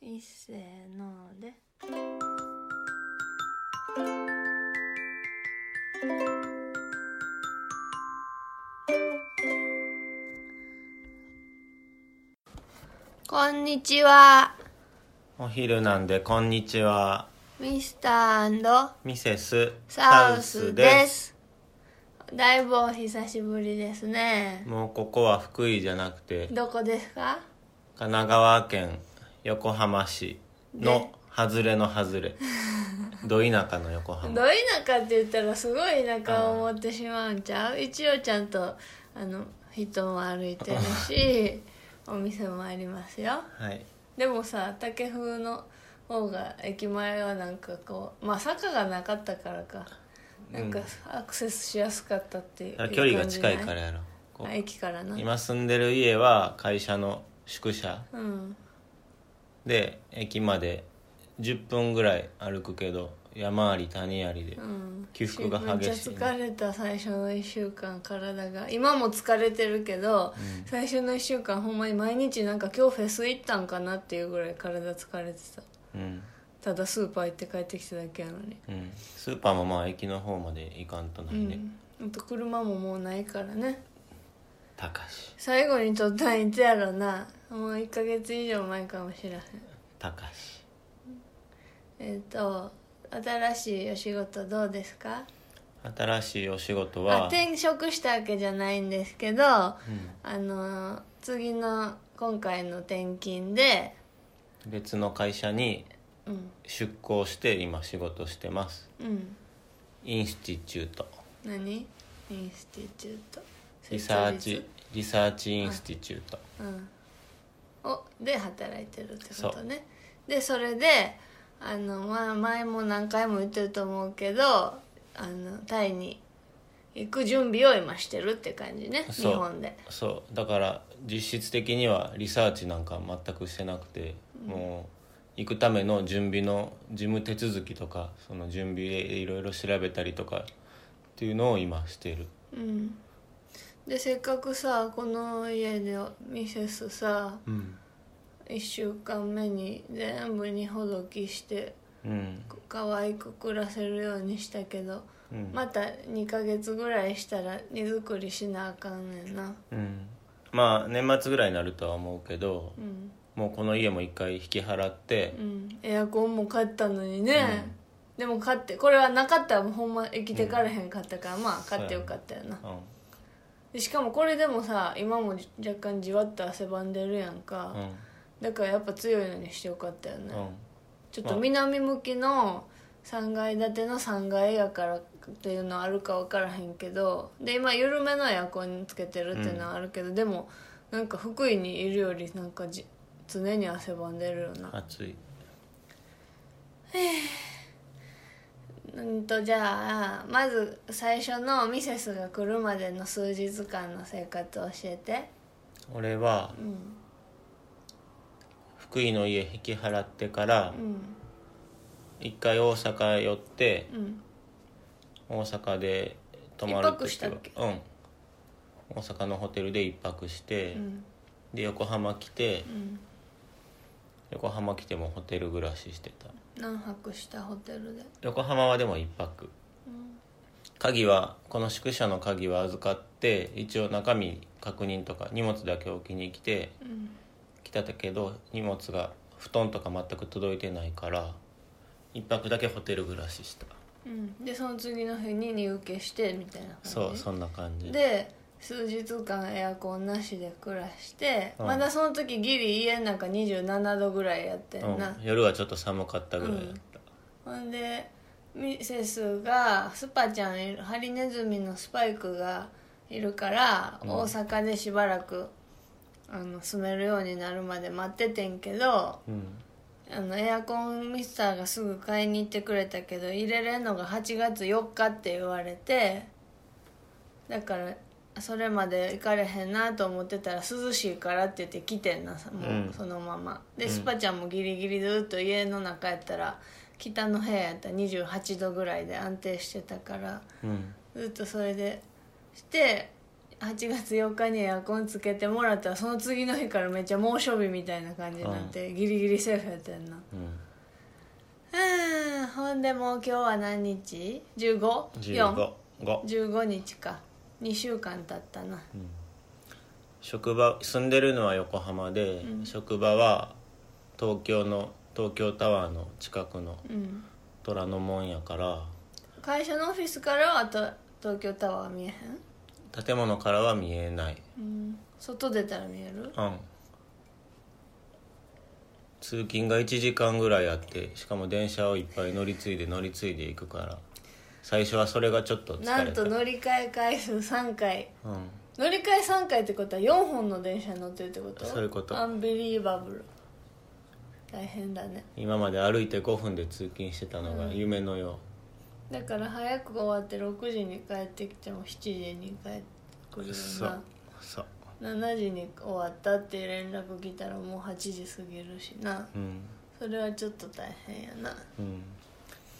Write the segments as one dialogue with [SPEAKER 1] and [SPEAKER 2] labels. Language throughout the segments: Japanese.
[SPEAKER 1] いっせーのでこんにちは
[SPEAKER 2] お昼なんでこんにちは
[SPEAKER 1] ミスター
[SPEAKER 2] ミセス
[SPEAKER 1] サウスですだいぶお久しぶりですね
[SPEAKER 2] もうここは福井じゃなくて神
[SPEAKER 1] どこですか
[SPEAKER 2] 奈川県横浜市の外れの 外れど田舎の横
[SPEAKER 1] ど
[SPEAKER 2] 浜
[SPEAKER 1] 田舎って言ったらすごい田舎を思ってしまうんちゃう一応ちゃんとあの人も歩いてる しお店もありますよ
[SPEAKER 2] はい
[SPEAKER 1] でもさ竹風の方が駅前はなんかこうまあ坂がなかったからかなんかアクセスしやすかったっていう
[SPEAKER 2] だから距離が近いから
[SPEAKER 1] ら
[SPEAKER 2] やろこう
[SPEAKER 1] 駅からな
[SPEAKER 2] 今住んでる家は会社の宿舎
[SPEAKER 1] うん
[SPEAKER 2] で駅まで10分ぐらい歩くけど山あり谷ありで
[SPEAKER 1] うん
[SPEAKER 2] 起伏が激しい
[SPEAKER 1] めっちゃ疲れた最初の1週間体が今も疲れてるけど、最初の1週間ほんまに毎日なんか今日フェス行ったんかなっていうぐらい体疲れてた
[SPEAKER 2] うん
[SPEAKER 1] ただスーパー行って帰ってきただけやのに
[SPEAKER 2] うんスーパーもまあ駅の方まで行かんとな
[SPEAKER 1] う
[SPEAKER 2] いね
[SPEAKER 1] んあと車ももうないからね
[SPEAKER 2] 高し
[SPEAKER 1] 最後に撮ったんいつやろなもう1ヶ月以上前かもしれへん
[SPEAKER 2] 高し
[SPEAKER 1] えっ、と新しいお仕事どうですか
[SPEAKER 2] 新しいお仕事
[SPEAKER 1] あ
[SPEAKER 2] は
[SPEAKER 1] 転職したわけじゃないんですけど、あの次の今回の転勤で、
[SPEAKER 2] 別の会社に
[SPEAKER 1] うん
[SPEAKER 2] 出向して今仕事してます
[SPEAKER 1] うん、
[SPEAKER 2] インスティチュート
[SPEAKER 1] 何インスティチュート
[SPEAKER 2] リサー
[SPEAKER 1] 設
[SPEAKER 2] チ
[SPEAKER 1] 立
[SPEAKER 2] リサーチインスティチュート
[SPEAKER 1] うん、をで働いてるってことねでそれであの、まあ、前も何回も言ってると思うけどあのタイに行く準備を今してるって感じね日
[SPEAKER 2] そう
[SPEAKER 1] 本で
[SPEAKER 2] そうだから実質的にはリサーチなんか全くしてなくて、もう行くための準備の事務手続きとかその準備でいろいろ調べたりとかっていうのを今してる
[SPEAKER 1] うんでせっかくさこの家でミセスさ
[SPEAKER 2] うん、
[SPEAKER 1] 1週間目に全部にほどきして
[SPEAKER 2] うん
[SPEAKER 1] 可愛く暮らせるようにしたけど、
[SPEAKER 2] うん
[SPEAKER 1] また2ヶ月ぐらいしたら荷造りしなあかんねんな
[SPEAKER 2] うん、まあ年末ぐらいになるとは思うけど
[SPEAKER 1] うん、
[SPEAKER 2] もうこの家も一回引き払って
[SPEAKER 1] うん、エアコンも買ったのにね、でも買ってこれはなかったらもうほんま生きてからへんかったから、まあ買ってよかったよな
[SPEAKER 2] うん
[SPEAKER 1] でしかもこれでもさ今もじ若干じわっと汗ばんでるやんか、
[SPEAKER 2] うん
[SPEAKER 1] だからやっぱ強いのにしてよかったよね、
[SPEAKER 2] うん
[SPEAKER 1] ちょっと南向きの3階建ての3階やからっていうのはあるか分からへんけどで今緩めのエアコンつけてるっていうのはあるけど、でもなんか福井にいるよりなんかじ常に汗ばんでるよな
[SPEAKER 2] 暑い
[SPEAKER 1] うんとじゃあまず最初のミセスが来るまでの数日間の生活を教えて
[SPEAKER 2] 俺は
[SPEAKER 1] うん
[SPEAKER 2] 福井の家引き払ってから
[SPEAKER 1] うん
[SPEAKER 2] 一回大阪寄って
[SPEAKER 1] うん
[SPEAKER 2] 大阪で泊まる
[SPEAKER 1] 一泊したっけ
[SPEAKER 2] 時はうん大阪のホテルで一泊して、
[SPEAKER 1] うん
[SPEAKER 2] で横浜来て
[SPEAKER 1] うん
[SPEAKER 2] 横浜来てもホテル暮らししてた
[SPEAKER 1] 何泊したホテルで
[SPEAKER 2] 横浜はでも一泊鍵はこの宿舎の鍵は預かって一応中身確認とか荷物だけ置きに来て
[SPEAKER 1] うん
[SPEAKER 2] 来たけど荷物が布団とか全く届いてないから一泊だけホテル暮らしした
[SPEAKER 1] うんでその次の日に入居してみたいな感じ
[SPEAKER 2] そうそんな感じ
[SPEAKER 1] で数日間エアコンなしで暮らして、
[SPEAKER 2] うん
[SPEAKER 1] まだその時ギリ家の中27度ぐらいやって
[SPEAKER 2] うん
[SPEAKER 1] んな、
[SPEAKER 2] 夜はちょっと寒かったぐらいだった、
[SPEAKER 1] ほんでミセスがスパちゃんいるハリネズミのスパイクがいるから、
[SPEAKER 2] うん
[SPEAKER 1] 大阪でしばらくあの住めるようになるまで待っててんけど
[SPEAKER 2] うん
[SPEAKER 1] あのエアコンミスターがすぐ買いに行ってくれたけど入れれんのが8月4日って言われてだからそれまで行かれへんなと思ってたら涼しいからって言って来てんなさもううんそのまま、でスパちゃんもギリギリずっと家の中やったら北の部屋やったら28度ぐらいで安定してたから
[SPEAKER 2] うん
[SPEAKER 1] ずっとそれでして8月4日にエアコンつけてもらったらその次の日からめっちゃ猛暑日みたいな感じになって、ギリギリセーフやってんな
[SPEAKER 2] うん
[SPEAKER 1] うんほんでもう今日は何日 ?15?4?15
[SPEAKER 2] 155
[SPEAKER 1] 日か2週間経ったな、
[SPEAKER 2] 職場住んでるのは横浜で、職場は東京の東京タワーの近くの
[SPEAKER 1] うん、
[SPEAKER 2] 虎ノ門やから
[SPEAKER 1] 会社のオフィスからはと東京タワーは見えへん、
[SPEAKER 2] 建物からは見えない
[SPEAKER 1] うん、外出たら見える
[SPEAKER 2] うん通勤が1時間ぐらいあってしかも電車をいっぱい乗り継いで乗り継いでいくから最初はそれがちょっと疲れた
[SPEAKER 1] なんと乗り換え回数3回
[SPEAKER 2] うん
[SPEAKER 1] 乗り換え3回ってことは4本の電車に乗ってるってこと
[SPEAKER 2] そういうこと
[SPEAKER 1] アンビリーバブル大変だね
[SPEAKER 2] 今まで歩いて5分で通勤してたのが夢のよ
[SPEAKER 1] だから早く終わって6時に帰ってきても7時に帰ってく
[SPEAKER 2] う、
[SPEAKER 1] る
[SPEAKER 2] う
[SPEAKER 1] よ
[SPEAKER 2] そうそう
[SPEAKER 1] うな7時に終わったっていう連絡来たらもう8時過ぎるしな
[SPEAKER 2] うん
[SPEAKER 1] それはちょっと大変やな
[SPEAKER 2] うん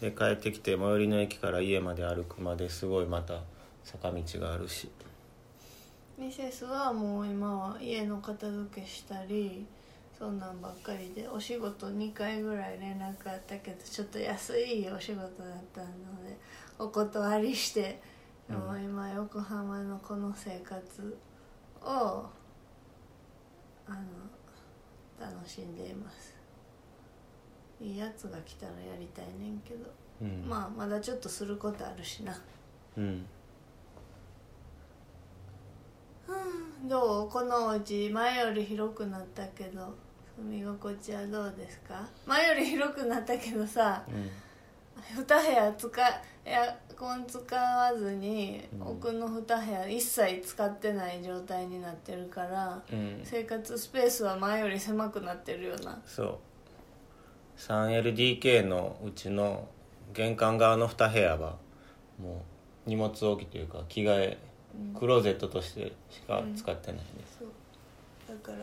[SPEAKER 2] で帰ってきて最寄りの駅から家まで歩くまですごいまた坂道があるし
[SPEAKER 1] ミセスはもう今は家の片付けしたりそんなんばっかりでお仕事2回ぐらい連絡あったけどちょっと安いお仕事だったのでお断りして、
[SPEAKER 2] うん
[SPEAKER 1] もう今横浜のこの生活をあの楽しんでいますいいやつが来たらやりたいねんけど、
[SPEAKER 2] うん
[SPEAKER 1] まあまだちょっとすることあるしな
[SPEAKER 2] うん
[SPEAKER 1] どうこのお家前より広くなったけど住み心地はどうですか前より広くなったけどさ
[SPEAKER 2] うん
[SPEAKER 1] 2部屋使エアコン使わずに、
[SPEAKER 2] うん
[SPEAKER 1] 奥の2部屋一切使ってない状態になってるから、
[SPEAKER 2] うん
[SPEAKER 1] 生活スペースは前より狭くなってるよな
[SPEAKER 2] そう 3LDK のうちの玄関側の2部屋はもう荷物置きというか着替えクローゼットとしてしか使ってないです、
[SPEAKER 1] そうだから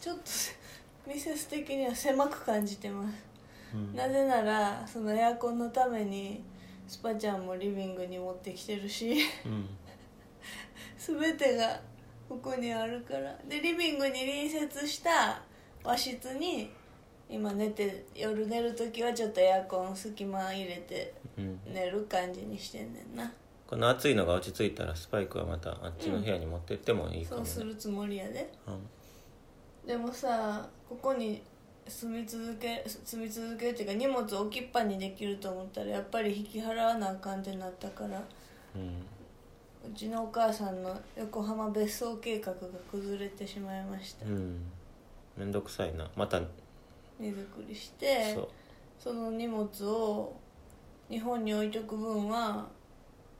[SPEAKER 1] ちょっと ミセス的には狭く感じてます
[SPEAKER 2] うん
[SPEAKER 1] なぜならそのエアコンのためにスパちゃんもリビングに持ってきてるし
[SPEAKER 2] うん
[SPEAKER 1] 全てがここにあるからでリビングに隣接した和室に今寝て夜寝る時はちょっとエアコン隙間入れて
[SPEAKER 2] うん
[SPEAKER 1] 寝る感じにしてんねんな
[SPEAKER 2] この暑いのが落ち着いたらスパイクはまたあっちの部屋に持ってってもいいか
[SPEAKER 1] そ
[SPEAKER 2] も
[SPEAKER 1] う
[SPEAKER 2] ね、
[SPEAKER 1] するつもりやで
[SPEAKER 2] うん
[SPEAKER 1] でもさここに住み続け住み続けるっていうか荷物置きっぱにできると思ったらやっぱり引き払わなあかんってなったから
[SPEAKER 2] うん
[SPEAKER 1] うちのお母さんの横浜別荘計画が崩れてしまいました
[SPEAKER 2] うんめんどくさいなまた
[SPEAKER 1] 荷造りして
[SPEAKER 2] そう
[SPEAKER 1] その荷物を日本に置いとく分は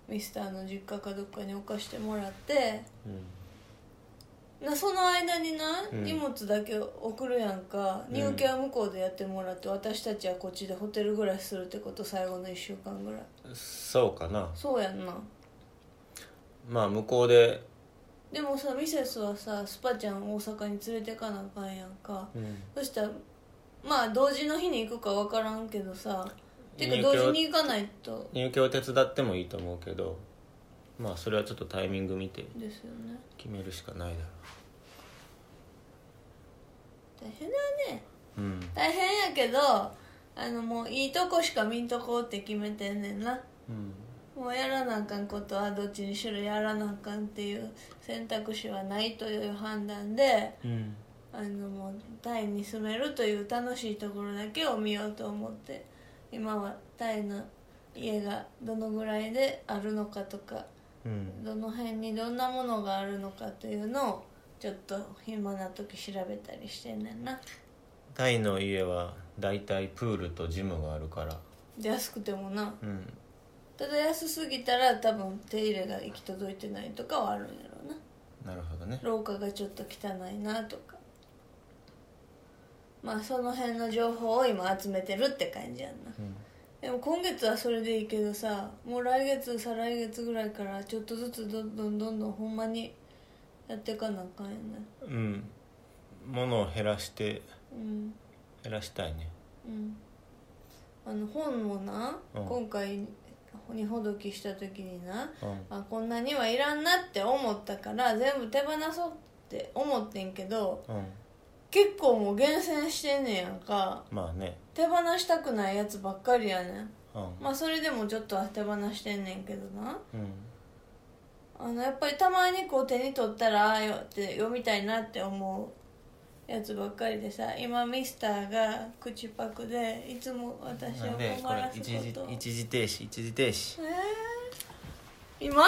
[SPEAKER 1] ミスターの実家かどっかに置かしてもらって
[SPEAKER 2] うん
[SPEAKER 1] なその間にな、
[SPEAKER 2] うん
[SPEAKER 1] 荷物だけ送るやんか
[SPEAKER 2] うん
[SPEAKER 1] 入居は向こうでやってもらって、私たちはこっちでホテル暮らしするってこと最後の1週間ぐらい
[SPEAKER 2] そうかな
[SPEAKER 1] そうやんな
[SPEAKER 2] まあ向こうで、
[SPEAKER 1] でもさミセスはさスパちゃん大阪に連れてかなあかんやんか、
[SPEAKER 2] うん
[SPEAKER 1] そしたらまあ同時の日に行くか分からんけどさていうか
[SPEAKER 2] 入居
[SPEAKER 1] 同時に行かないと
[SPEAKER 2] 入居を手伝ってもいいと思うけどまあそれはちょっとタイミング見て
[SPEAKER 1] ですよね
[SPEAKER 2] 決めるしかないだろ
[SPEAKER 1] 大変だよね
[SPEAKER 2] ううん
[SPEAKER 1] 大変やけどあのもういいとこしか見んとこって決めてんねんな
[SPEAKER 2] うん
[SPEAKER 1] もうやらなあかんことはどっちにしろやらなあかんっていう選択肢はないという判断で
[SPEAKER 2] うん
[SPEAKER 1] あのもうタイに住めるという楽しいところだけを見ようと思って今はタイの家がどのぐらいであるのかとか
[SPEAKER 2] うん
[SPEAKER 1] どの辺にどんなものがあるのかというのをちょっと暇な時調べたりしてんねんな
[SPEAKER 2] タイの家はだいたいプールとジムがあるから
[SPEAKER 1] で安くてもな
[SPEAKER 2] うん
[SPEAKER 1] ただ安すぎたら多分手入れが行き届いてないとかはあるんやろうな
[SPEAKER 2] なるほどね
[SPEAKER 1] 廊下がちょっと汚いなとかまあその辺の情報を今集めてるって感じやんな
[SPEAKER 2] うん
[SPEAKER 1] でも今月はそれでいいけどさもう来月再来月ぐらいからちょっとずつどんどんどんどんほんまにやっていかなあかんよね
[SPEAKER 2] うん物を減らして
[SPEAKER 1] うん
[SPEAKER 2] 減らしたいね
[SPEAKER 1] うんあの本もな、
[SPEAKER 2] うん
[SPEAKER 1] 今回にほどきした時にな、
[SPEAKER 2] うん
[SPEAKER 1] あこんなにはいらんなって思ったから全部手放そうって思ってんけど
[SPEAKER 2] うん
[SPEAKER 1] 結構もう厳選してんねやんか
[SPEAKER 2] まあね
[SPEAKER 1] 手放したくないやつばっかりやねん
[SPEAKER 2] うん
[SPEAKER 1] まあそれでもちょっとは手放してんねんけどな
[SPEAKER 2] うん
[SPEAKER 1] あのやっぱりたまにこう手に取ったらああよって読みたいなって思うやつばっかりでさ今ミスターが口パクでいつも私を
[SPEAKER 2] なんでこ
[SPEAKER 1] 困
[SPEAKER 2] れ
[SPEAKER 1] らすこ
[SPEAKER 2] 一時
[SPEAKER 1] と
[SPEAKER 2] 一時停止一時停止
[SPEAKER 1] えー、今、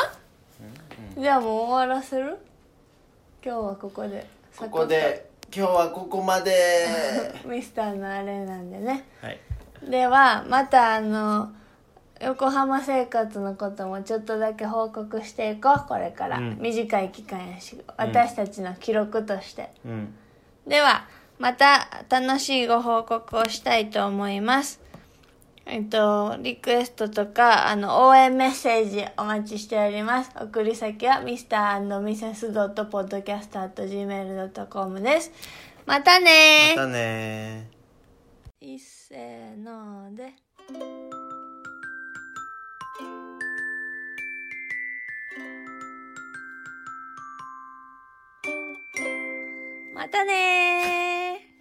[SPEAKER 1] じゃあもう終わらせる今日はここで
[SPEAKER 2] ここで今日はここまで
[SPEAKER 1] ミスターのあれなんでね
[SPEAKER 2] はい
[SPEAKER 1] ではまたあの横浜生活のこともちょっとだけ報告していこうこれから、
[SPEAKER 2] うん
[SPEAKER 1] 短い期間やし私たちの記録として、
[SPEAKER 2] うん
[SPEAKER 1] ではまた楽しいご報告をしたいと思いますえっとリクエストとかあの応援メッセージお待ちしております送り先は Mr.Mrs.podcast.gmail.com ですまたねー
[SPEAKER 2] またねー
[SPEAKER 1] いっせーのでまたねー